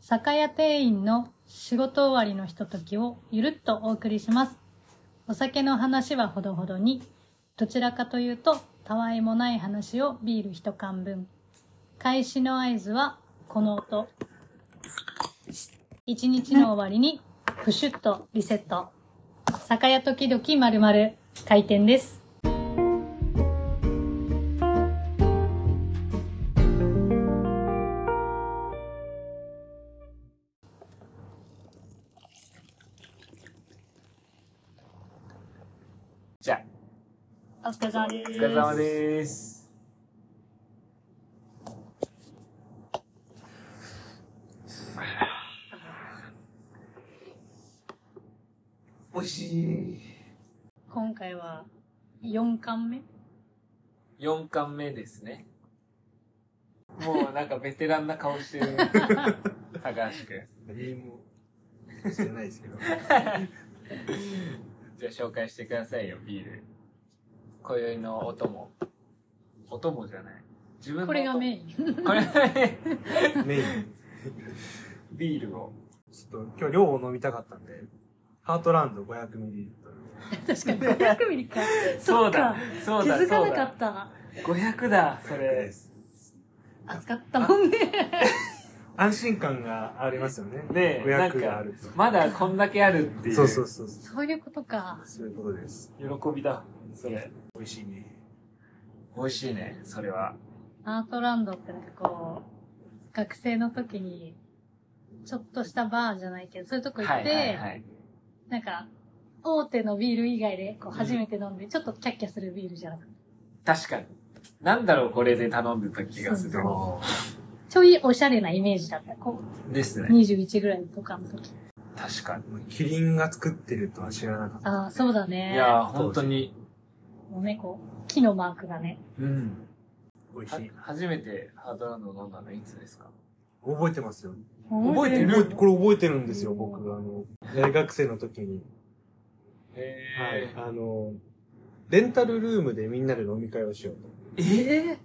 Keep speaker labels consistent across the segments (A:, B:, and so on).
A: 酒屋店員の仕事終わりのひとときをゆるっとお送りします。お酒の話はほどほどに、どちらかというと、たわいもない話をビール一缶分。開始の合図は、この音。一日の終わりに、プシュッとリセット。酒屋時々〇〇開店です。
B: じゃ
A: お疲れ様です。
B: あ、お疲れ様です。おいしい。
A: 今回は、4巻目
B: 4巻目ですね。もうなんかベテランな顔してる。高橋くん。
C: 何も知らないですけど。
B: じゃあ紹介してくださいよ、ビール。今宵のお供。お供じゃない。自分のお供
A: これがメイン。
B: これがメイン。
C: メイン。
B: ビールを。
C: ちょっと今日量を飲みたかったんで、ハートランド 500ml。
A: 確かに500ミリか。
B: そうだ、そうだ、
A: 気づか
B: そう
A: なか
B: だ
A: っ。た。
B: 500だ、それ
C: で。す。
A: 暑かったもんね。
C: 安心感がありますよね。
B: ねえ、なん
C: 500があ
B: か
C: ると、
B: まだこんだけあるっていう。
C: そうそうそう。そ
A: そういうことか。
C: ういうことです。
B: 喜びだ、それ。
C: 美味しいね。
B: 美味しいね、それは。
A: アートランドってなんかこう、学生の時に、ちょっとしたバーじゃないけど、そういうとこ行
B: は
A: っ
B: い
A: て、
B: はいはい。
A: なんか、大手のビール以外で、こう、初めて飲んで、ちょっとキャッキャするビールじゃなくて、
B: 確かに。なんだろう、これで頼んでた気がする。
A: ちょいおしゃれなイメージだった。こ
B: です
A: う、
B: ね。
A: 21ぐらいとかの時。
B: 確かに。
C: キリンが作ってるとは知らなかった。
A: ああ、そうだね。
B: いやー、本当に。
A: もうね、こう、木のマークがね。
B: うん。
C: 美味し。
B: はい初めてハードランドを飲んだのいつですか
C: 覚えてますよ。
B: 覚えてる
C: 覚えこれ覚えてるんですよ、僕。あの、大学生の時に。はい
B: へ。
C: あの、レンタルルームでみんなで飲み会をしようと。
B: ええー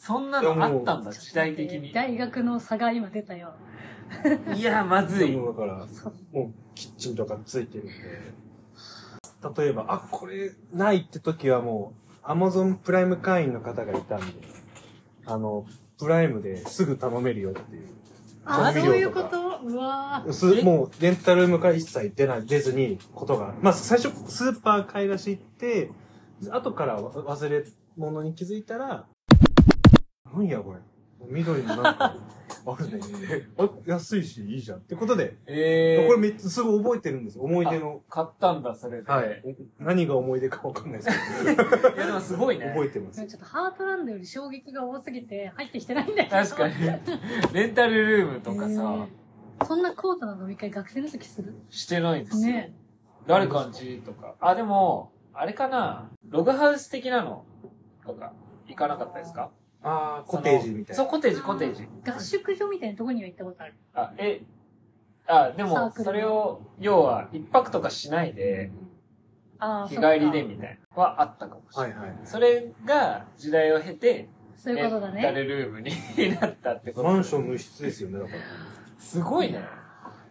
B: そんなのあった
A: ちょっ
B: んだ、
A: と待って
B: 時代的に。
A: 大学の差が今出たよ。
B: いや、まずい。
C: もうだから、
A: そう。
C: もうキッチンとかついてるんで。例えば、あ、これないって時はもう、アマゾンプライム会員の方がいたんで、あの、プライムですぐ頼めるよっていう。
A: ああ、そ
C: 調味料とか
A: ういうことうわー
C: す
B: え
C: もう、レンタルームから一切出ない、出ずに、ことが。まあ、最初、スーパー買い出し行って、後からわ忘れ物に気づいたら、なんやこれ。緑のなんか、あるね。あ、安いし、いいじゃん。ってことで、
B: え
C: これ
B: ー、
C: めっちゃすごい覚えてるんです。思い出の。
B: 買ったんだ、それで。
C: はい。。お何が思い出かわかんないですけ
B: いや、でもすごい ね。
C: ど、覚えてま
A: ちょ
C: す
A: っ。とハートランドより衝撃が多すぎて入ってきてないんだけど。
B: 確かに。レンタルルームとかさ、
A: えー。そんな高度な飲み会学生の時する
B: してないんですよ。
A: ね
B: 誰かんちとか。あ、でも、あれかな、ログハウス的なのとか、行かなかったですか
C: ああ、コテージみたい
B: そ
C: な
B: う、。コテージ、コテージ。
A: 合宿所みたいなとこには行ったことある。
B: あ、え、あ、で
A: サー
B: も、
A: クル
B: それを、要は、一泊とかしないで、
A: ああ、
B: 日帰り
A: そ
B: で
A: っか
B: みたいな、はあったかもしれな。
C: はいいはい。
B: それが、時代を経て、
A: そういうことだ
B: レンタ
A: ね。
B: ルルームになったってこと。
C: マンションの一室ですよね、だから。
B: すごいね。だか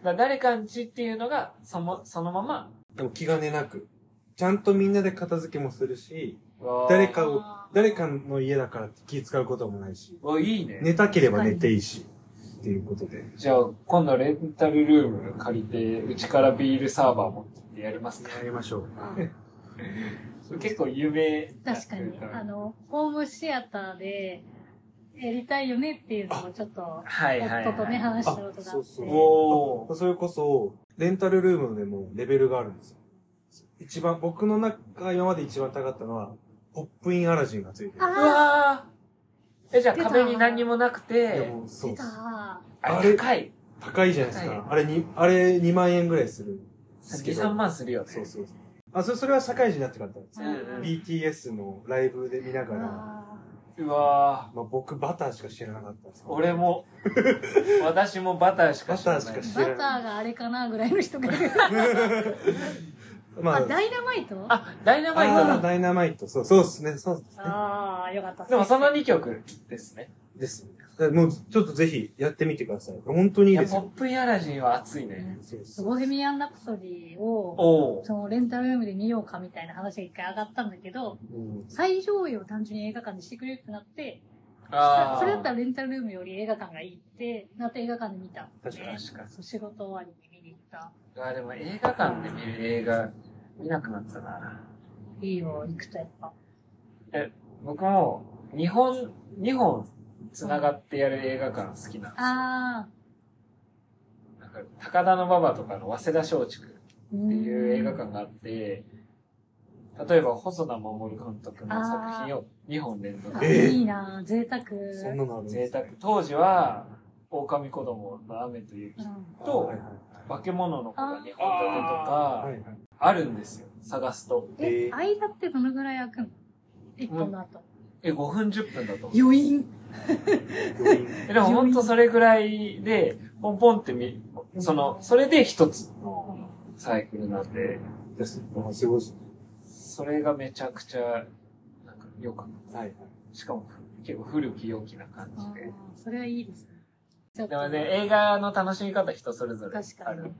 B: ら誰かんちっていうのが、その、そのまま、
C: でも気兼ねなく。ちゃんとみんなで片付けもするし、
B: わー
C: 誰かを
A: あ、ー
C: 誰かの家だからって気使うこともないし、
B: お、いいね。
C: 寝たければ寝ていいし、っていうことで。
B: じゃあ、今度レンタルルーム借りて、うちからビールサーバー持ってってやりますか
C: やりましょう。
B: 結構有名な
A: 確かに。
B: 空間
A: あの、ホームシアターでやりたいよねっていうのをちょっと、
B: はいはい、はい。
A: 夫とね、話したことがあ
C: そ
A: っ
C: う
A: て。
C: そう。
B: おー。
C: それこそ、レンタルルームでもレベルがあるんですよ。一番、僕の中、今まで一番高かったのは、ポップインアラジンがついて
B: う
C: る。
A: あ
B: わー。え、じゃあ
A: 出た
B: 壁に何にもなく
C: で
B: て、
C: も
A: あ、
C: そ
A: 出
C: う
A: た。
B: あ
C: あ
B: れ
C: れ
B: 高い。
C: 高いじゃないです
B: 高い
C: か。あれに、あれ2万円ぐらいするんですけ
B: 2、
C: ど。
B: 3万するよね。
C: そうそうそう。あ、それ、それは社会人になってからだったんです
B: う
C: よ。
B: んうん
C: BTS のライブで見ながら、ま
A: あ
B: うわ
C: あ僕バターしか知らなかったんですけ
B: ー。
C: ど
B: 俺。 も、私もバターしか知らない。
C: バターし
A: ー
C: か知ら
A: バターがあれかなぐらいの人がいる。
C: まあ、
A: あ、ダイナマイト
B: あ、ダイナマイト
C: あー
B: だ。
C: ダイナマイト。そう、そうですね、そうですね。
A: ああ、よかった。
B: でもその2曲ですね。
C: です。えもう、ちょっとぜひやってみてください。本当にい
B: い
C: い
B: や、
C: です
B: ポッ
C: よ。
B: プインアラジンは熱いね。
C: そうです
A: ボヘミアン・ラプソディを、
B: おお。
A: そのレンタルルームで見ようかみたいな話が一回上がったんだけど、
C: うん
A: 最上位を単純に映画館にしてくれるってなって、
B: ああ。
A: それだったらレンタルルームより映画館がいいってなって映画館で見た、ね。
C: 確
B: かに確かに
A: そう仕事終わりに見に行った。
B: あーでも映画館で見る映画、見なくなったな。
A: いいよ、行くとやっぱ。
B: 僕も、日本、日本、繋がってやる映画館好きなんですよ。
A: あ
B: なんか、高田馬場とかの早稲田松竹っ
A: ー。
B: ていう映画館があって、例えば細田守監督の作品を2本連続
A: あ
B: で
C: ええ
A: いいなぁ贅沢。
C: そんなのあるんで
B: 贅
C: すね
B: 沢。当時は、狼子供の雨と雪、
A: うん
B: と
C: はいはい
B: 化け物の子が2本立てと
C: は
B: か、
C: いはい
B: あるんですよ、探すと。
A: え、
C: えー
A: 間ってどのぐらい空くの一本の後。
B: え、5分10分だと思う。
A: 余韻
C: 病院
B: えでもほんとそれぐらいで、ポンポンってみ、その、それで一つのサイクルなんで、
C: です。あすごいです。
B: それがめちゃくちゃ、なんか良かっ
C: はいはい。
B: た。しかも、結構古き良きな感
A: あ
B: じ
A: ー
B: で。
A: それはいいですね。ちょっ
B: で
A: と
B: もね、映画の楽しみ方人それぞれ
A: 確
B: あ
A: かに
B: る。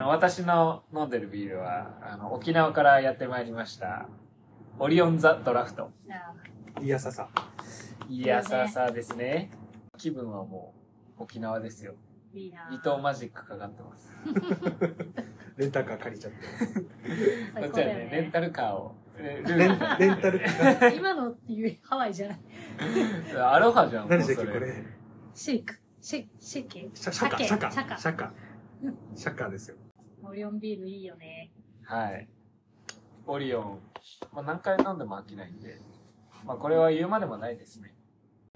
B: 私の飲んでるビールは、あの、沖縄からやってまいりました。オリオンザドラフト。
A: あ
C: いやささ。
B: いや、さあさあですね。気分はもう、沖縄ですよ。
A: ーいいなぁ
B: 伊藤マジックかかってます。
C: レンタカー借りちゃって。
B: こ
A: 最高
B: っちは
A: だよ
B: ね、レン
A: ね。
B: タルカーを。えル
C: レン
B: ー
C: レンタル。
A: 今のっていうハワイじゃない。
B: アロハじゃん、
C: 何
B: も
C: で
B: う
C: した
B: そ
C: っけこ
B: れ。
C: れ。
A: シェイク、シェイク、シェイケ
C: シャシャカ、シャカ、シ
A: 鮭
C: ャカ。シャカですよ。
A: オリオンビールいいよね。
B: はい。オリオン。まあ、何回飲んでも飽きないんで。まあ、これは言うまでもないですね。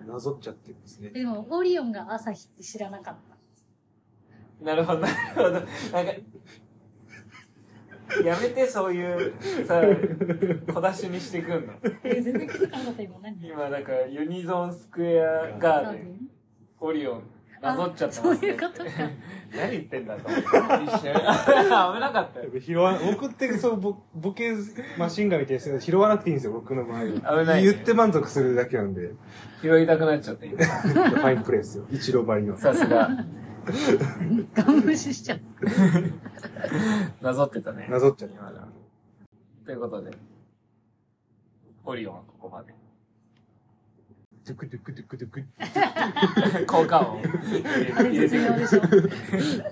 C: なぞっちゃってますね。
A: でも、オリオンが朝日って知らなかった。
B: なるほど、なるほど。なんか、やめて、そういう、さ、小出しにしてくんの。
A: え全然気づかなかった、今何
B: 今、だから、ユニゾンスクエアガーデン、オリオン、なぞっちゃってます、ね。
A: あそういうことか
B: 何言ってんだと思って。一瞬。 危なかったよ。
C: 拾わ僕ってそうボボケマシンガンみたいですけど 拾わなくていいんですよ僕の場合は
B: 危ないね
C: 言って満足するだけなんで
B: 拾いたくなっちゃって、今。
C: ファインプレーですよ一郎ばりの
B: さすが。
A: ガン無視しちゃう。
B: なぞってたね。
C: なぞっちゃって
B: 今だということで、オリオンはここまで。
C: ドゥクドゥクドゥクドゥク
B: 効果音入れ
A: 絶
B: て
A: 妙
B: く
A: で
B: る。
A: しょ。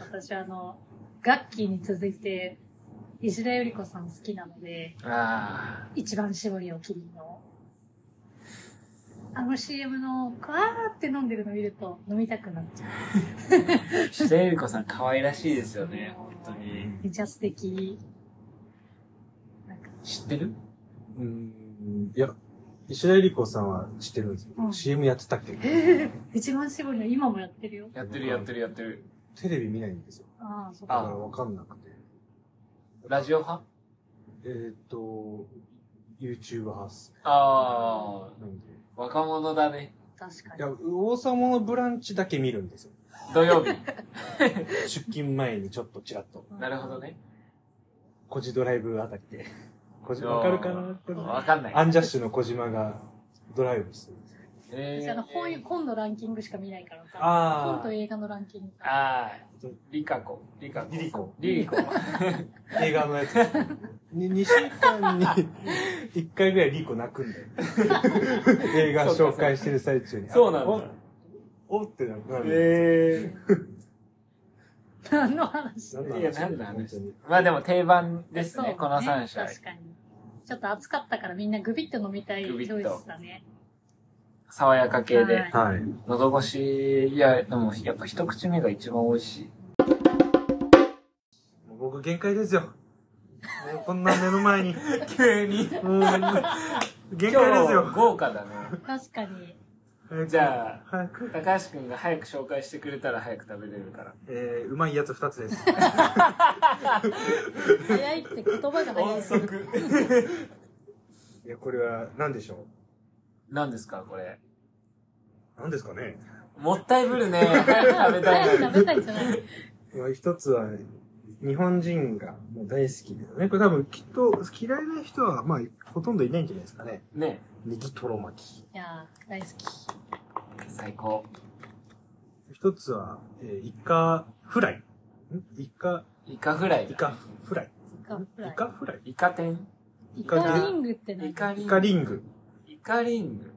A: 私、あの、ガッキーに続いて、石田ゆり子さん好きなので、
B: あ
A: 一番絞りを切りの。あの CM の、わーって飲んでるの見ると飲みたくなっちゃう。
B: あ、下ゆりこさん可愛らしいですよね、本当に。
A: めちゃ素敵。なん か、
B: 知ってる
C: うーんいや石田ゆり子さんは知ってるんですよ、
A: うん
C: CM やってたっけ
A: 一番絞りの今もやってるよ。
B: やってるやってるやってる。
C: テレビ見ないんですよ
A: ああ、そっ
C: だか
A: か。
C: らわかんなくて
B: ラジオ派
C: えーっと YouTube 派っす
B: あ
C: なんで
B: あ、若者だね。
A: 確か
C: い
A: に
C: や。王様のブランチだけ見るんですよ
B: 土曜 日。
C: 出勤前にちょっとちらっと
B: なるほど。ね。
C: コジドライブあたり で。コジ、わかるかなこれ
B: わかんない。
C: アンジャッシュの小島がドライブするんですよ。
B: え
A: 私あの本本のランキングしか見ないからさ
C: あ
A: 本と映画のランキング。
B: ああ、リカコ。リカコ。
C: リリコ。
B: リリコ。
C: あ、映画のやつ。に2週間に1回ぐらいリコ泣くんだよ。 映画紹介してる最中に。
B: そうなんだ。
C: おおってなる。
B: ええ。
A: 何の話
C: なんだ
B: いやなんだ
C: 本当に
B: まあでも定番です
A: そう
B: ね、この3社。
A: 確かに。ちょっと暑かったからみんなグビッと飲みたいチ
B: グビッと
A: ョイスだね。
B: 爽やか系
A: は。
B: で
A: い
C: はい。
B: 喉越し、いや、でもやっぱ一口目が一番美味しい。
C: もう僕限界ですよ。もうこんな目の前に。
B: 急に。
C: もう、
B: 今
C: 限界です
B: 日
C: よ。
B: 豪華だね。
A: 確かに。
C: 早く
B: じゃあ、
C: 早く。
B: 高橋くんが早く紹介してくれたら早く食べれるから。
C: えー、うまいやつ2つです。
A: 早いって言葉が早い。
B: 速。
C: いや、これは何でしょ
B: 何ですか、これ。
C: う何ですかね
B: もったいぶるね。早く食べたい
A: 早い
B: のに。
A: 食べたいじゃない。
C: まあ一つは、日本人がもう大好きだよね。これ多分きっと嫌いな人は、まあ、ほとんどいないんじゃないですかね。
B: ね
C: ネギとろ巻き。
A: いやー、大好き。
B: 最高。
C: 一つは、えーイカフライ。んイカ、
B: イカフライだ。
C: イカフラ
A: イ
C: イ。
A: カフライ
C: イ。カフライ
B: イカ天
A: イ
C: カ
A: カリングって何
B: イカリ
C: イ
B: ン
C: カ
B: グ。
C: リング。
B: イカリング。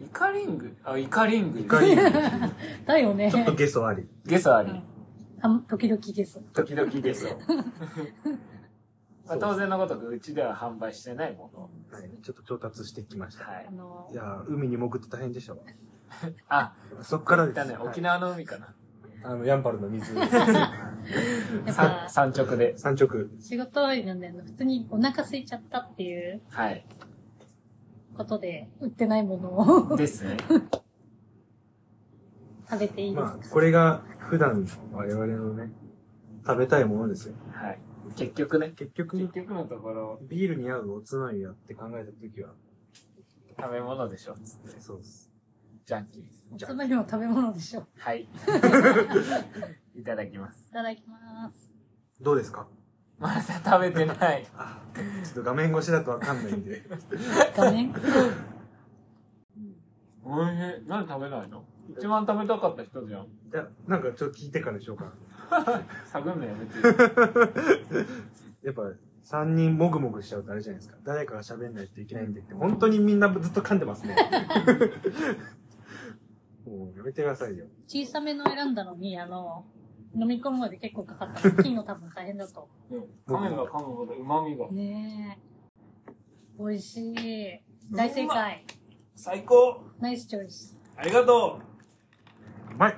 B: イカリングあ、イカリング。
C: イカリング。
A: だよね
C: ち。ょっとゲソあり。
B: ゲソあ
A: う
B: り
A: ん。あ時々ゲス。
B: 時々ゲ ソ。ま
C: そ
B: あ、
C: う
B: 当然のごとく、うちでは販売してないもの。
C: はい。ちょっと調達してきました。
B: はい
A: あ。の
C: いやー、海に潜って大変でしたわ。
B: あ、
C: そっから
B: い
C: です。
B: たね、
C: はい
B: 沖縄の海かな。
C: あの、ヤンパルの水。
A: やっ
B: さ
A: ぱ
B: ん産直で。
C: 三直。
A: 仕事終わりなんで、あの普通にお腹空いちゃったっていう
B: はい。
A: ことで、売ってないもの を
B: ですね。
A: 食べていいですか、
C: まあ、これが普段我々のね、食べたいものですよ。
B: はい。結局ね。
C: 結局
B: 結、局のところ、
C: ビールに合うおつまみやって考えたときは、
B: 食べ物でしょ、つって。
C: そうです。
B: ジャンキーです。
A: おつまみも食べ物でしょ。い
B: はい。いただきます。
A: ただきます。
C: どうですか
B: まだ食べてない。
C: あ、ちょっと画面越しだとわかんないん で。
A: 画面
B: おいしい。何食べないの一番食べたかった人じゃん。
C: じゃあなんかちょっと聞いてからでしょうか。
B: 探るのやめ て。
C: やっぱ、三人もぐもぐしちゃうとあれじゃないですか。誰かが喋んないといけないんでって、本当にみんなずっと噛んでます ね。もうやめてくださいよ。
A: 小さめの選んだのに、あの、飲み込むまで結構かかった。大きいの多分大変だと。
B: 噛めば噛むほど旨味が。
A: ねえ。美味しい。大正解。
B: 最高
A: ナイスチョイス。
B: ありがと
C: うまいう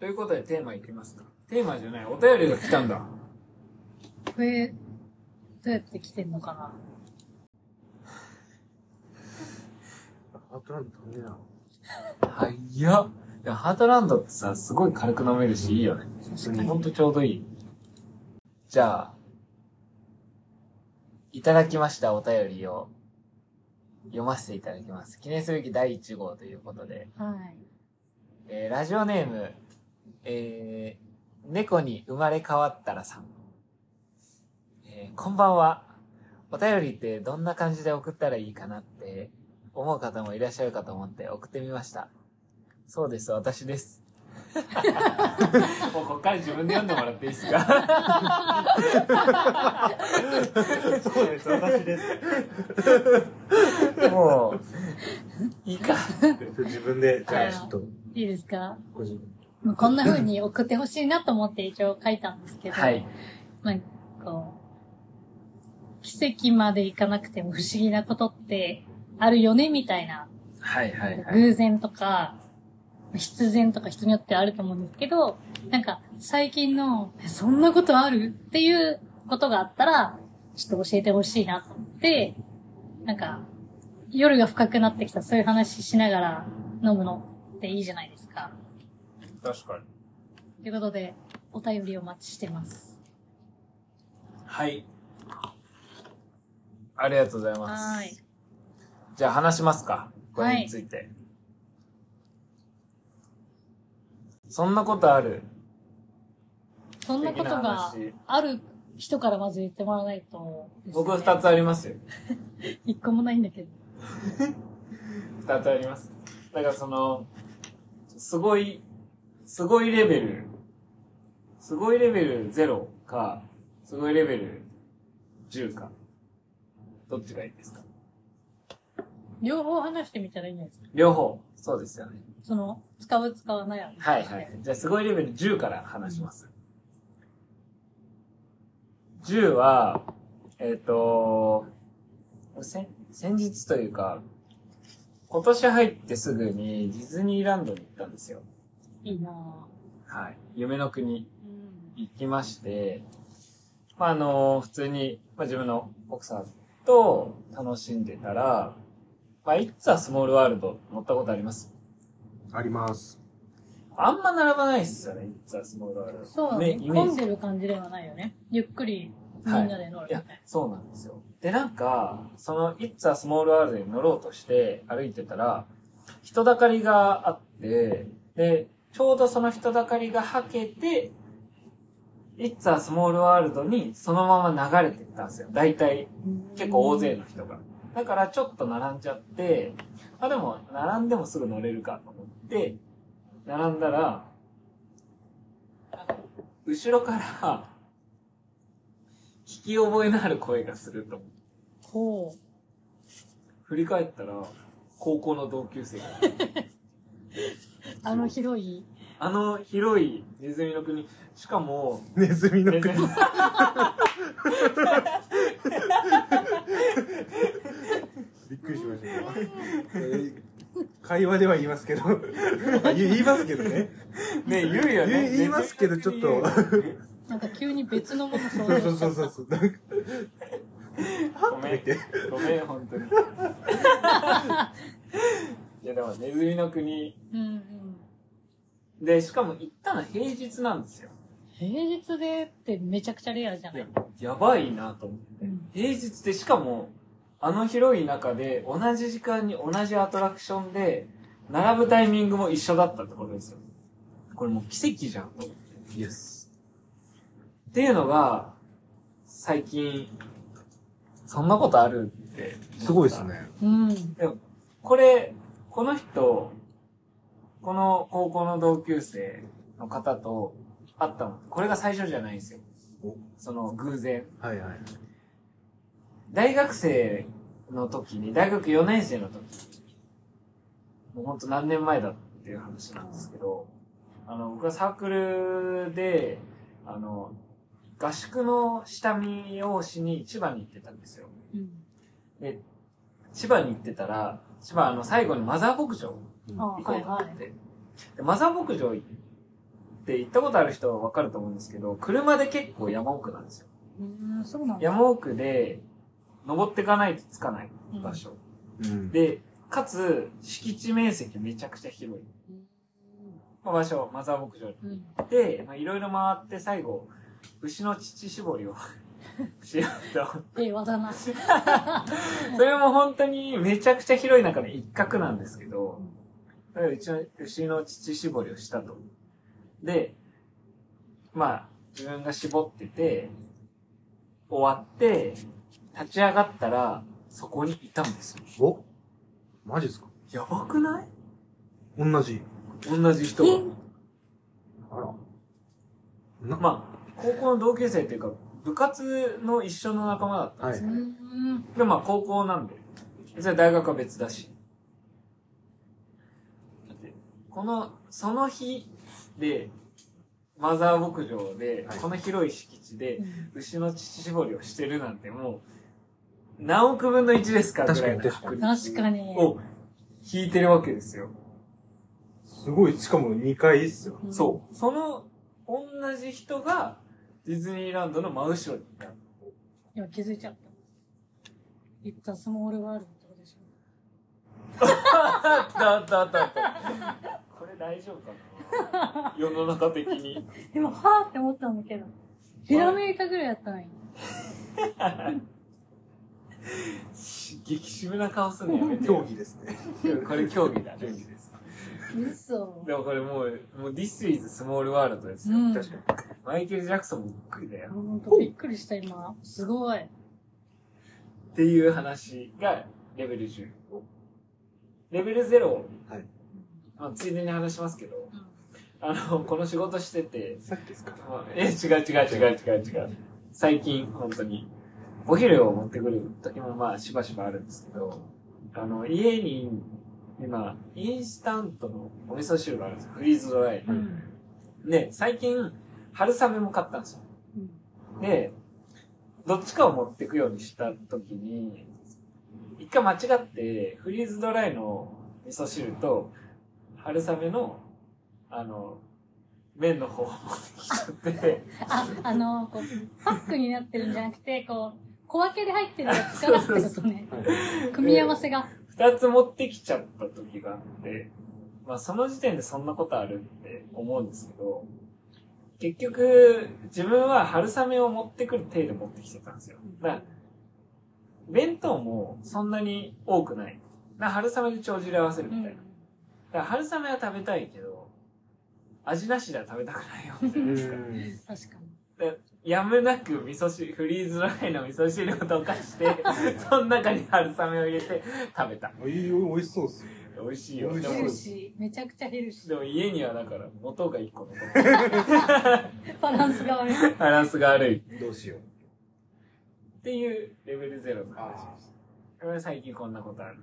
B: ということでテーマいきますか。テーマじゃない、お便りが来たんだ。
A: これ、どうやって来てんのかな
C: あとなんだ飛んで
B: は
C: な。
B: いやっ。いやハートランドってさ、すごい軽く飲めるし、いいよね。
A: 確か
B: ほん
A: に。
B: とちょうどいい。じゃあ、いただきましたお便りを読ませていただきます。記念すべき第1号ということで、
A: はい。
B: えーラジオネーム、えー猫に生まれ変わったらさん。えーこんばんは。お便りってどんな感じで送ったらいいかなって思う方もいらっしゃるかと思って送ってみました。そうです、私です。 もうこっから自分で読んでもらっていいですか
C: そうです、私です。
B: もう、いいか。
C: 自分で、じゃあちょっと、
A: いいですか
C: ご自分
A: まあこんな風に送ってほしいなと思って一応書いたんですけど、
B: はい。
A: まあ、こう、奇跡までいかなくても不思議なことってあるよねみたいな、
B: はいはいはい。
A: 偶然とか、必然とか人によってあると思うんですけど、なんか最近の、えそんなことあるっていうことがあったら、ちょっと教えてほしいなと思って、なんか、夜が深くなってきたそういう話しながら飲むのっていいじゃないですか。
B: 確かに。
A: ということで、お便りお待ちしてます。
B: はい。ありがとうございます。
A: はーい。
B: じゃあ話しますか。これについて。そんなことある
A: そんなことが
B: 素敵な話
A: ある人からまず言ってもらわないと、
B: 僕二つ。ありますよ。
A: 一個もないんだけど。
B: 二つあります。だからその、すごい、すごいレベル、すごいレベル0か、すごいレベル10か。どっちがいいですか
A: 両方話してみたらいいんじゃないですか。
B: 両方。そうですよね。
A: その、使う使わないは。
B: はいはい。。じゃあ、すごいレベル10から話します。10は、えっ、と、先、先日というか、今年入ってすぐにディズニーランドに行ったんですよ。
A: いいなぁ。
B: はい。夢の国
A: うん。
B: 行きまして、まあ、あの、普通に、まあ、自分の奥さんと楽しんでたら、まあ、いつはスモールワールド乗ったことあります
C: あります。
B: あんま並ばないっすよね、いつはスモールワールド。
A: そうだ
B: ね
A: ね。
B: イメ
A: 混
B: ージ
A: んでる感じではないよね。ゆっくり、みんなで乗るみ
B: い
A: た
B: や
A: いな。、
B: そうなんですよ。で、なんか、その、いつはスモールワールドに乗ろうとして歩いてたら、人だかりがあって、で、ちょうどその人だかりがはけて、いつはスモールワールドにそのまま流れてったんですよ。大体、結構大勢の人が。だからちょっと並んじゃって、あ、でも、並んでもすぐ乗れるかと思って、並んだら、後ろから、聞き覚えのある声がすると思う。
A: ほう。
B: 振り返ったら、高校の同級生が、
A: あの広い。
B: あの広いネズミの国、しかも、
C: ネズミの
B: ネズミ
C: 国。びっくりしましたね。えー 会話では言います けど。言い言いますけどね。
B: ね、言うよね。
C: 言いますけどちょっと
B: ネズミの国言うよね
A: なんか急に別のもの想
C: そう
A: 像
C: そう
A: しち
C: そ
A: ゃ
C: う
A: っ
C: そ
A: た
C: う。そう。なんか
B: ごめん。ごめん、本当に。いや、でも、ネズミの国。
A: うんうん。
B: で、しかも行ったの平日なんですよ。
A: 平日でってめちゃくちゃレアじゃない
B: ややばいなと思って。
A: うん
B: 平日で、しかも、あの広い中で、同じ時間に同じアトラクションで、並ぶタイミングも一緒だったってことですよ。これもう奇跡じゃん、と思って。
C: イエス。
B: っていうのが、最近、そんなことあるって。
C: すごいです。ね。
A: うん。
B: これ、この人、この高校の同級生の方と会ったの、これが最初じゃないんですよ
C: お。
B: その偶然。
C: はいはい。
B: 大学生の時に、大学4年生の時に、もうほんと何年前だっていう話なんですけど、あの、僕はサークルで、あの、合宿の下見をしに千葉に行ってたんですよ。
A: うん。
B: で、千葉に行ってたら、千葉あの最後にマザー牧場
A: あ、
B: 行こ
A: は
B: う
A: い
B: と思って、
A: はい。
B: でマザー牧場行って行ったことある人はわかると思うんですけど、車で結構山奥なんですよ。
A: うん、そうなんだ。
B: 山奥で、登っていかないと着かない場所。
C: うん。
B: で、かつ、敷地面積めちゃくちゃ広い。
A: うん
B: まあ場所、マザー牧場に
A: うん。
B: 行って、まあいろいろ回って最後、牛の乳搾りを しようと。
A: 平和だな。
B: それも本当にめちゃくちゃ広い中の一角なんですけど、うちの牛の乳搾りをしたと。で、まあ、自分が絞ってて、終わって、立ち上がったら、そこにいたんですよ。
C: おマジっすか
B: やばくない
C: 同じ。
B: 同じ人が。
C: あら。な、
B: まあ、高校の同級生というか、部活の一緒の仲間だったんですよ
A: う。ん。
B: で、まあ高校なんで。それは大学は別だし。だってこの、その日で、マザー牧場で、
C: はい
B: この広い敷地で
A: う、ん
B: 牛の乳搾りをしてるなんてもう、何億分の1ですかぐらいの確
C: 確
A: 確か
B: に。
A: に。
B: を引いてるわけですよ。
C: すごい、しかも2回っすよ。
A: ん
B: そう。その、同じ人が、ディズニーランドの真後ろにい た。
A: 今気づいちゃった。言ったスモールワールドってことでしょ。
B: あったあったあったあった。これ大丈夫か な世の中的に。
A: 今、はぁって思ったんだけど。ひらめいたぐらいやったのに。
B: 激渋な顔すんのやめて。
C: 競技ですね。
B: これ競技だ。競技です。
A: 嘘。
B: でもこれもう、もう This is Small World ですよ。
A: うん
B: 確かに。マイケル・ジャクソンもびっくりだよ。
A: ほんとびっくりした今。すごい。
B: っていう話がレベル10。レベル0、
C: はい。
B: まあ、ついでに話しますけど、
A: うん
B: あの、この仕事してて、
C: さっきですか
B: まあえ、違う違う違う違う違う。最近、本当に。お昼を持ってくる時もまあ、しばしばあるんですけど、あの、家に、今、インスタントのお味噌汁があるんですよ。フリーズドライ
A: う。ん。
B: で、最近、春雨も買ったんですよ。
A: うん
B: で、どっちかを持ってくようにした時に、一回間違って、フリーズドライの味噌汁と、春雨の、あの、麺の方を持ってきちゃって、
A: あ、あの、こう、パックになってるんじゃなくて、こう、小分けで入ってるやつからってことね。組み合わせが。
B: 二つ持ってきちゃった時があって、まあその時点でそんなことあるって思うんですけど、結局、自分は春雨を持ってくる程度持ってきてたんですよ。だから、弁当もそんなに多くない。だから春雨で帳尻合わせるみたいな。だから春雨は食べたいけど、味なしでは食べたくないよみたいな。
C: ん。
A: 確かに。
B: で やむなく味噌汁、フリーズドライの味噌汁を溶か して、その中に春雨を入れて食べた。
C: いいよ、美味しそうっすよ。
B: 美味しいよ。
C: 美
B: で
A: ヘ
C: 味し
A: ル
B: も、
A: シー。めちゃくちゃヘルシ
B: でも家にはだから、元が一個残ってる
A: ー。バランスが悪い。
B: バランスが悪い。っ
C: どうしよう。
B: ていうレベルゼロの話
C: あ
B: 俺最近こんなことある。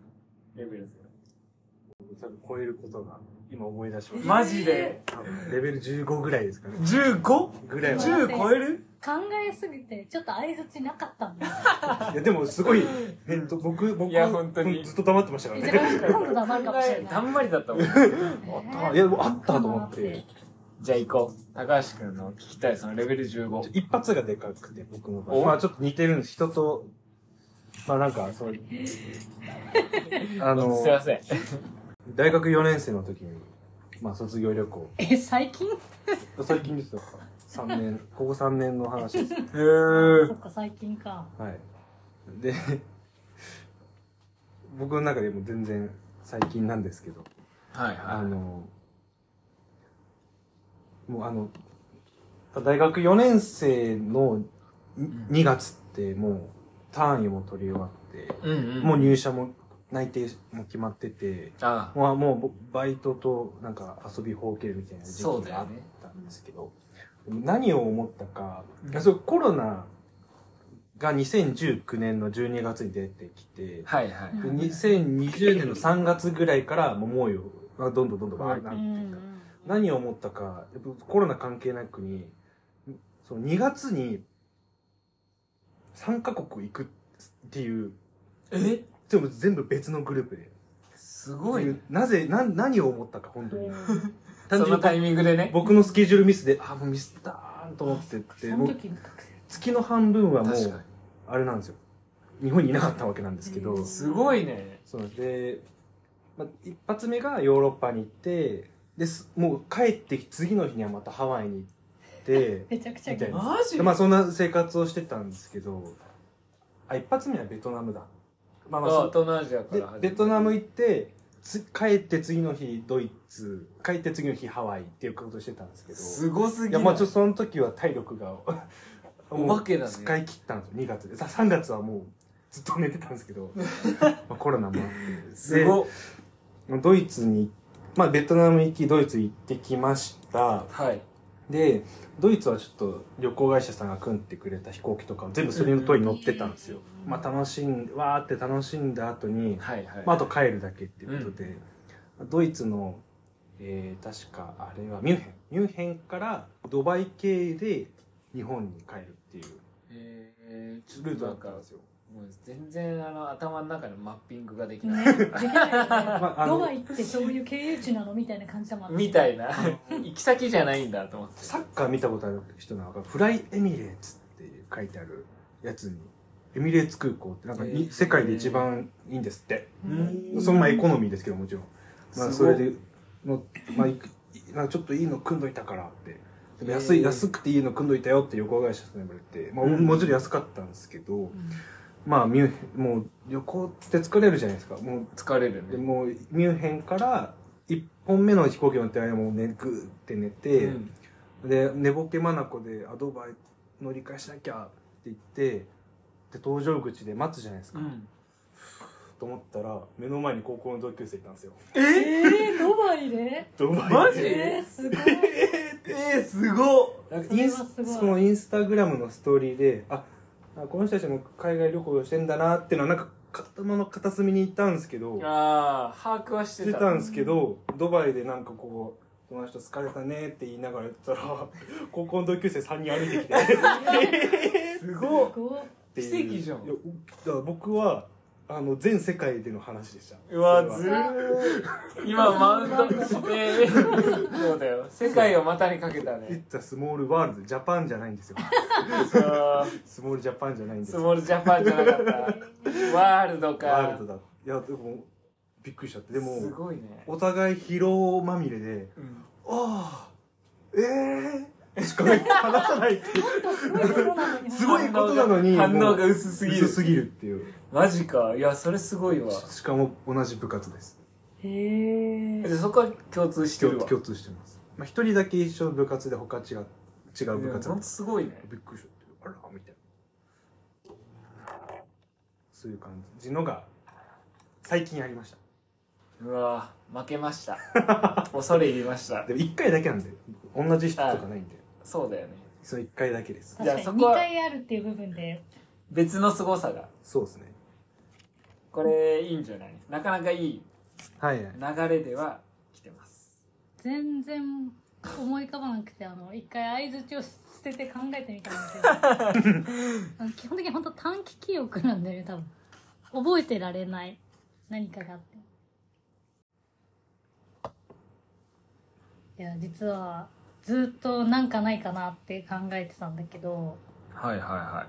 B: レベルゼ
C: あ、多分超えることが今思い出しま
B: ロ。
C: した。
B: マジで
C: 多分レベル15ぐらいですかね。
B: 15?10
C: ぐらいは。
A: 10
B: 超える
A: 考えすぎて、ちょっと相づちなかったんだ。
C: いや、でもすごい、えっと、僕、僕、
B: いや本当に
C: ずっと黙ってましたから
A: 一
C: ね。
A: 番今度黙るかもしれ
B: た
A: ない。
B: んまりだったもん。
C: あいや、あったと思って。。
B: じゃあ行こう。高橋くんの聞きたいそのレベル15。
C: 一発がでかくて、僕の場
B: お
C: 合。まあちょっと似てるんです。人と、まあなんか、そう、 あの
B: すい、ません。
C: 大学4年生の時に、まあ卒業旅行。
A: え、最近
C: 最近ですよ。3年、ここ3年の話です。
B: へー
A: そっか、最近か。
C: はい。で、僕の中でも全然最近なんですけど、
B: はい
C: あ
B: は
C: の、もうあの、大学4年生の2月ってもう単位も取り終わって、
B: い。うんうん。
C: もう入社も内定も決まってて、
B: あ
C: まあもうぼバイトとなんか遊び放棄みたいな時
B: そう
C: 期
B: だ
C: があ
B: よ
C: っ
B: ね
C: たんですけど、でも何を思ったか、
B: うん
C: いやそうコロナが2019年の12月に出てきて、
B: あ。はいはい。
C: で2020年の3月ぐらいからもうもうよ、まあどんどんどんどんバーッ
A: う
C: なんっ
A: う
C: ていった
A: ん。
C: 何を思ったか、やっぱコロナ関係なくに、その2月に3カ国行くっていう、
B: え
C: でも全部別のグループで。
B: すごいね。
C: なぜ、な、何を思ったか、本当に。
B: そ
C: 単
B: の
C: 純
B: タイ
C: に
B: ミングでね。
C: 僕のスケジュールミスで、あ、もうミスったーんと思ってて、
A: そ
C: も
A: の
C: う
A: 時に覚醒。
C: 月の半分はも
B: 確
C: う
B: か、
C: あれなんですよ。日本にいなかったわけなんですけど、
A: うん
B: に。すごいね。
C: そうなんですで、まあ、一発目がヨーロッパに行って、です、もう帰ってき次の日にはまたハワイに行 って、
A: めちゃくちゃ
C: みたいな
B: マジ
C: でまあそんな生活をしてたんですけど、あ、一発目はベトナムだ。まあまあ
B: あ
C: そ
B: あ、東南アジアか
C: で
B: ら始まる
C: ベトナム行ってつ帰って次の日ドイツ帰って次の日ハワイっていうことしてたんですけど
B: すごすぎ
C: い
B: る
C: やまあちょっとその時は体力が
B: お化けだね
C: もう使い切ったんですよ2月でさ3月はもうずっと寝てたんです けどまあコロナもあって
B: すごっ
C: でドイツにまあベトナム行きドイツ行ってきました
B: はい
C: でドイツはちょっと旅行会社さんが組んでくれた飛行機とかを全部それの通り乗ってたんですよ、
A: うん
C: まあ楽しんわーって楽しんだ後に
B: はいはい
C: まあ、あと帰るだけっていうことで、ドイツの、えー確かあれはミュンヘンミュンヘンからドバイ経由で日本に帰るっていう
B: えー、ちょ
C: ル
B: っ
C: ー
B: と
C: ト
B: な
C: だ
B: ん
C: った
B: か
C: んですよ。
B: もう全然あの頭の中のマッピングができ
A: ね
B: ない、
A: できないよね
C: あの
A: ドバイってそういう経由地なのみたいな感じだもんね
B: みたいな 行き先じゃないんだと思って
C: サッカー見たことある人なのかフライエミレーツって書いてあるやつにエミレーツ空港ってなんかい、
B: へー
C: 世界で一番いいんですって
B: うん
C: そのまあエコノミーですけどもちろん、まあ、
B: す
C: そ
B: ごい
C: れでの、まあ、いくなんかちょっといいの組んどいたからってでも安
B: へ
C: い
B: ー
C: 安くていいの組んどいたよって旅行会社さんに言われて、まあ、
B: うん
C: もちろん安かったんですけど、
A: うん
C: まあミュンヘンもう旅行って疲れるじゃないですかも
B: 疲れる
C: うで
B: ね
C: もうミュンヘンから1本目の飛行機乗って間もうねぐーって寝て、
B: うん
C: で寝ぼけ眼でアドバイ乗り換えしなきゃって言ってで搭乗口で待つじゃないですか、
B: うん、
C: と思ったら目の前に高校の同級生いたんですよ
B: え
A: えー、ドバイで
C: ドバイで
B: マジ
A: えー、すごい
B: えー、すごっ
C: なんかインス
A: それはすごい
C: そのインスタグラムのストーリーでああこの人たちも海外旅行してんだなっていうのはなんか頭の片隅にいたんですけど
B: ああ把握はし
C: してて
B: た
C: たんですけどドバイでなんかこう「この人疲れたね」って言いながら言ったら 高校の同級生3人歩いてきて
B: すごっ
A: すごい
C: っていう
B: 奇跡じゃん
C: いやだから僕はあの全世界での話でした
B: うわ
C: そ
B: ず
C: れ
B: る
C: は
B: ー今マウントしてそうだよ世界を股にかけた
C: 「イッ
B: ね
C: ツ・スモール・ワールド」ジャパンじゃないん ですよ
B: そう
C: スモール・ジャパンじゃないんです
B: ス
C: よ
B: モールジャパンじゃなかったワールドか
C: ワールドだいやでもびっくりしちゃってでも
B: すごいね、
C: お互い疲労まみれで
B: うん
C: 「ああええー」しか話さないっていう
A: すごいことなのに
C: すごいことなのに
B: 反応が
C: も
B: 反
C: う
B: 応が薄すぎる
C: 薄すぎるっていう
B: マジかいやそれすごいわ
C: ししかも同じ部活です
A: へえ
B: でそこは共通してる
C: 共
B: わ
C: 共通してます、まあ、一人だけ一緒の部活で他違う違違う部活
B: ほ
C: だ
B: ん
C: っ
B: とすごいね
C: た。びっくりしたあらみたいなそういう感じのが最近ありました
B: うわ負けました 恐れ入りました
C: でも1回だけなんで同じ人とかないんで
B: そうだよね
C: その1回だけです
B: じゃあ
A: 確か
B: そ
A: に
B: こ
A: 2
B: は
A: 回あるっていう部分で
B: 別の凄さが
C: そうですね
B: これいいんじゃないなかなかいい
C: はいはい
B: 流れでは来てます
A: 全然思い浮かばなくてあの一回相づちを捨てて考えてみたんですけどあの基本的に本当短期記憶なんだよね多分覚えてられない何かがあっていや実はずっとなんかないかなって考えてたんだけど
B: はいはいは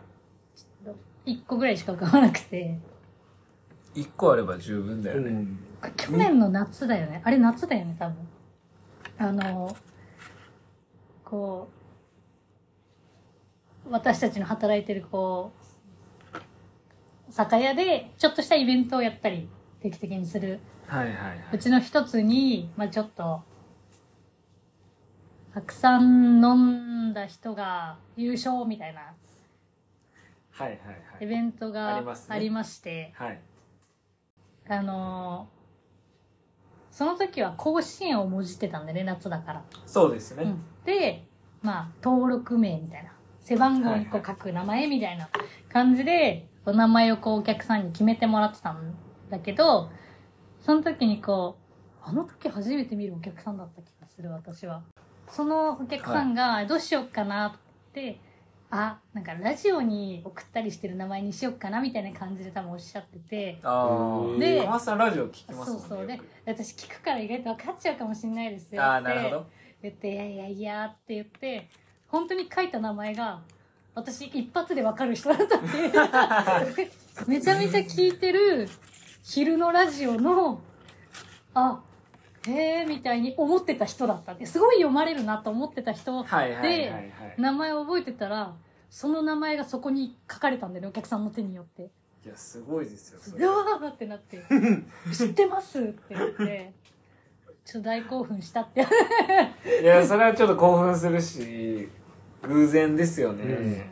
A: 1個ぐらいしか浮かばなくて
B: い1個あれば十分だ
C: うん
A: これ去年の夏だよね。あれ夏だよね、多分。あの、こう、私たちの働いてる、こう、酒屋で、ちょっとしたイベントをやったり、定期的にする。
B: はいはいは
A: うちの一つに、まあちょっと、たくさん飲んだ人が優勝みたいな
B: は
A: イ
B: いはい
A: ベント
B: あ
A: が
B: りますね
A: ありまして、
B: はいはい
A: あのーその時は甲子園をもじってたんでね、夏だから。
B: そうですね、
A: うんで、まあ、登録名みたいな。背番号にこう書く名前みたいな感じで、お名前をこうお客さんに決めてもらってたんだけど、その時にこう、あの時初めて見るお客さんだった気がする、私は。そのお客さんが、どうしようかなって、あ、なんかラジオに送ったりしてる名前にしようかなみたいな感じで多分おっしゃってて、
B: ああ
A: で
B: 小松さんラジオ聞きま
A: そ
B: すも
A: う
B: んね
A: そう
B: よ
A: で
B: く
A: 私聞くから意外と分かっちゃうかもしれないですよ
B: ああ
A: っ
B: なるほ
A: て
B: ど
A: 言って「いやいやいや」って言って本当に書いた名前が私一発で分かる人だったっていう めちゃめちゃ聞いてる昼のラジオのあへえみたいに思ってた人だったんですごい読まれるなと思ってた人
B: はいはいはいはい
A: 名前を覚えてたらその名前がそこに書かれたんだよねお客さんの手によって。
B: いやすごいですよそれ
A: うわーってなって「 知ってます」って言ってちょっと大興奮したって
B: いやそれはちょっと興奮するし偶然ですよ
C: うん
B: ね、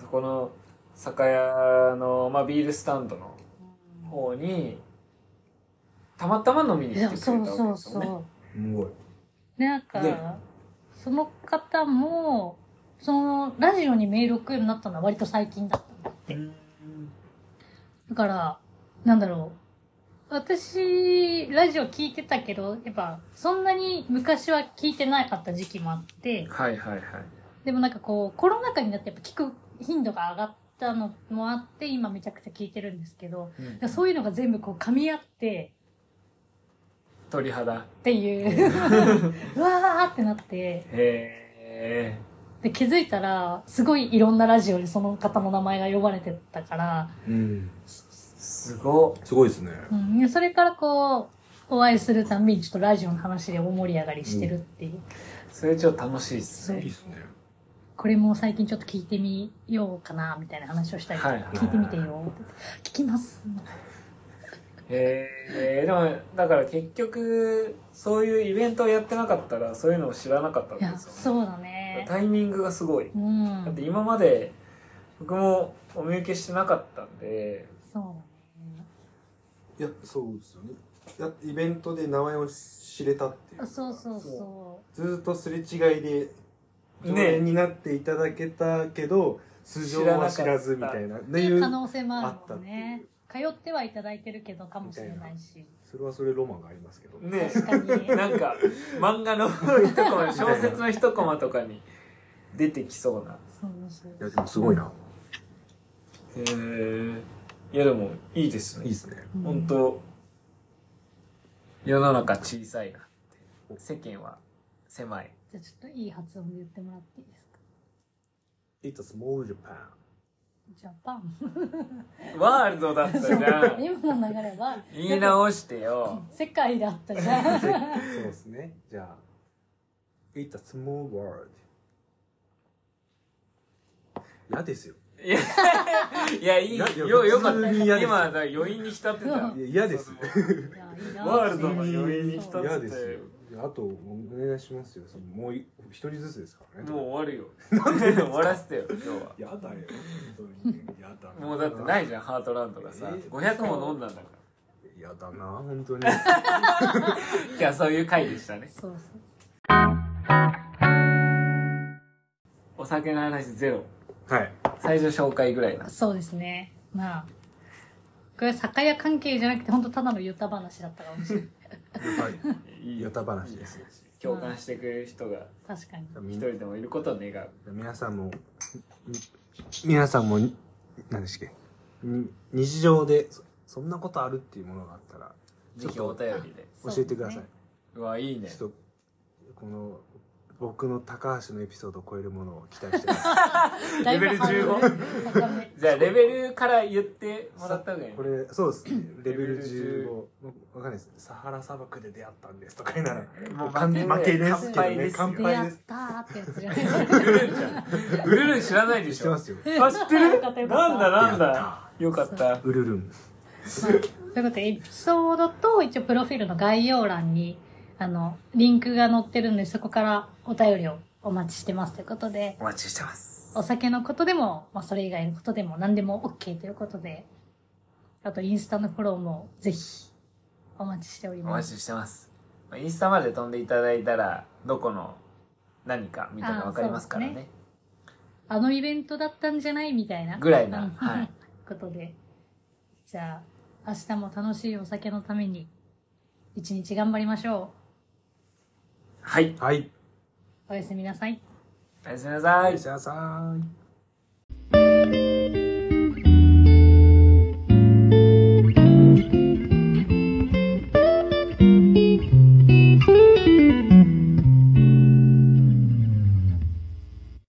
B: そこの酒屋の、まあ、ビールスタンドの方にたまたま飲みに来
A: い
B: て
A: や
B: くれた
A: そうそ
B: わ
A: う
B: けです
A: そ
B: よね
A: う
C: すごい
A: でなんか、
B: ね
A: その方もそのラジオにメール送るようになったのは割と最近だった
B: うん
A: だからなんだろう私ラジオ聞いてたけどやっぱそんなに昔は聞いてなかった時期もあって
B: はいはいはい
A: でもなんかこう、コロナ禍になってやっぱ聞く頻度が上がったのもあって、今めちゃくちゃ聞いてるんですけど、
B: うん
A: そういうのが全部こう噛み合って、
B: 鳥肌
A: っていう、 うわーってなって、
B: へえ
A: で気づいたら、すごいいろんなラジオにその方の名前が呼ばれてたから、
C: うん
B: すごっ
C: すごいですね
A: うん、でそれからこう、お会いするたんびにちょっとラジオの話で大盛り上がりしてるっていう。
B: それちょっと楽しいです
C: いい
B: ね
C: ですね
A: これも最近ちょっと聞いてみようかな、みたいな話をしたりとか、
B: はいはい
A: 聞いてみてよ。聞きます。
B: へえでもだから結局そういうイベントをやってなかったらそういうのを知らなかったわ
A: い
B: け
A: や、
B: ですよね
A: そうだね。
B: タイミングがすごい
A: うん
B: だって今まで僕もお見受けしてなかったんで
A: そうだね
D: いや、そうですよね。やイベントで名前を知れたっていう
A: あ。そうそう
B: そ
A: そ
D: ずーっとすれ違いで、
B: ね
D: 常連になっていただけたけど、素性は知らずみたいな。っ
A: う。
D: て
A: って
D: い
A: いう可
D: う、
A: 能性もあるもん
D: あっ
A: ね。通ってはいただいてるけどかもしれないし。
D: それはそれロマンがありますけど。
B: ね
A: 確かに。
B: なんか漫画の一コマ小説の一コマとかに出てきそうな
A: そうそう
D: いや、でもすごいな。
B: へえいやでもいいです
D: いい
B: ね
D: ですね。
A: うん
B: 本当世の中小さいなって世間は狭い
A: じゃあちょっといい発音で言ってもらっていいですか
C: It's a small Japan
A: ジャパン。
B: ワールドだったじ ゃん
A: 今の流れは、
B: 言い直してよ
A: 世界だったじゃん。
C: そうですねじゃあ It's a small world 嫌ですよ
B: いやいやいい
D: いやいや
B: よよかっ
D: 普
B: た
D: 通に
B: 今
D: 嫌です
B: だから余韻に浸ってた
A: うん
D: いや嫌です。
A: いやいいな
B: ワールドの余韻に浸っ
D: 嫌
B: て
D: ですよ
B: て
C: じゃああとお願いしますよそのもうい一人ずつですからね
B: もう終わるよ。 なんで終わらせてよ、今日は。
C: やだよ本当にやだな
B: もうだってないじゃん、ハートランドがさ。
C: えー
B: 500も飲んだんだか
C: やだな本当に
B: ら。いや、そういう回でしたね。
A: そうそう
B: お酒の話ゼロ。
C: はい
B: 最初紹介ぐらいな。
A: そうですね。まあ。これ、酒屋関係じゃなくて、本当ただのヨタ話だったかもしれない。
C: いヨタ話です
B: 共感してくれる人が
A: 確かに。
B: 一
C: みんな
B: 人でもいることを願う。
C: 皆さんもみ皆さんもに何でしたっけに日常でそそんなことあるっていうものがあったら
B: ぜひお便りで。
C: 教えてください、
A: そうで
B: うわ、いいね。
C: ちょっとこの僕の高橋のエピソードを超えるものを期待してます
A: すね。だいぶ
B: レベル15
A: 高め
B: じゃあ、レベルから言って もらった方がいい
C: こ。れそうですねレベル
B: レベル
C: 15
B: 15
C: わかんないですサハラ砂漠で出会ったんですとか言いなら
B: もう
C: 完全負けで
A: 乾
C: すけど
B: 杯
C: ね
B: ですよ
C: 乾
A: 出
C: 杯
A: 会
C: で
A: っ
C: す
A: たーってやつじゃないですか。
B: うるるんじゃん。うるるん知らないで
C: 知っ
B: してょ。
C: ま
B: あ、
C: すよ
B: 知ってる
A: よかったよ
B: なん
A: かった
B: だなんだ
C: や。
B: よかった。
C: うるるん
A: まあということで、エピソードと一応プロフィールの概要欄に、あの、リンクが載ってるんで、そこからお便りをお待ちしてますということで、
B: お待ちしてます。
A: お酒のことでも、まあ、それ以外のことでも何でも OK ということで、あとインスタのフォローもぜひお待ちしており
B: お
A: ま
B: 待
A: す。
B: ちしてます。まあインスタまで飛んでいただいたら、どこの何かみたいなのわかりますから
A: あそう
B: ね。
A: あのイベントだったんじゃないみたいな。
B: ぐらいな
A: うん
B: はい。
A: ことで。じゃあ、明日も楽しいお酒のために、一日頑張りましょ
B: はい。
C: はい
A: う。おやすみなさい。
B: おやすみなさい
C: 吉。田さん